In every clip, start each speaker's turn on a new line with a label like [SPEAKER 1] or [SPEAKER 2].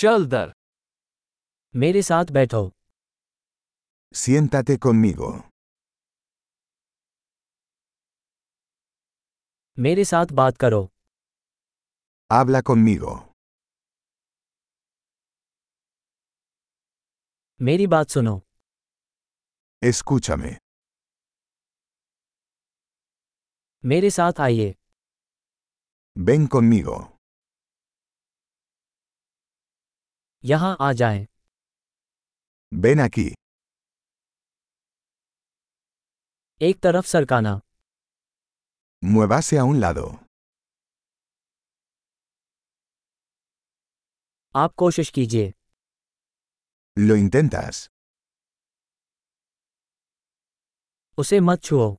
[SPEAKER 1] चल दर
[SPEAKER 2] मेरे साथ बैठो
[SPEAKER 3] Siéntate conmigo.
[SPEAKER 2] मेरे साथ बात करो
[SPEAKER 3] Habla conmigo.
[SPEAKER 2] मेरी बात सुनो
[SPEAKER 3] Escúchame.
[SPEAKER 2] मेरे साथ आइए
[SPEAKER 3] Ven conmigo.
[SPEAKER 2] यहाँ आ जाएं।
[SPEAKER 3] Ven aquí.
[SPEAKER 2] एक तरफ सरकाना
[SPEAKER 3] Muévase a un lado.
[SPEAKER 2] आप कोशिश कीजिए
[SPEAKER 3] Lo intentas.
[SPEAKER 2] उसे मत छुओ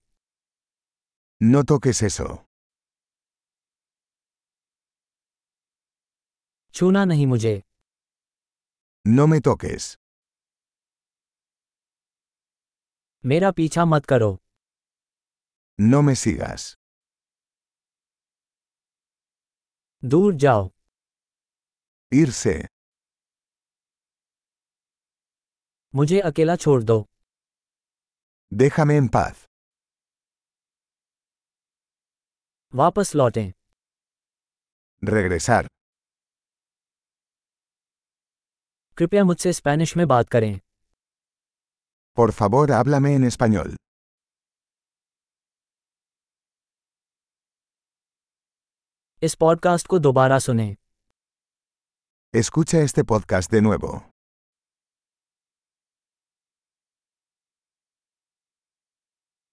[SPEAKER 3] No toques eso.
[SPEAKER 2] छूना नहीं मुझे
[SPEAKER 3] No me toques.
[SPEAKER 2] मेरा पीछा मत करो
[SPEAKER 3] No me sigas.
[SPEAKER 2] दूर जाओ
[SPEAKER 3] Irse.
[SPEAKER 2] मुझे अकेला छोड़ दो
[SPEAKER 3] Déjame en paz.
[SPEAKER 2] वापस लौटें
[SPEAKER 3] Regresar.
[SPEAKER 2] कृपया मुझसे स्पेनिश में बात करें
[SPEAKER 3] Por favor, háblame en español.
[SPEAKER 2] इस पॉडकास्ट को दोबारा सुनें
[SPEAKER 3] Escucha este podcast de nuevo.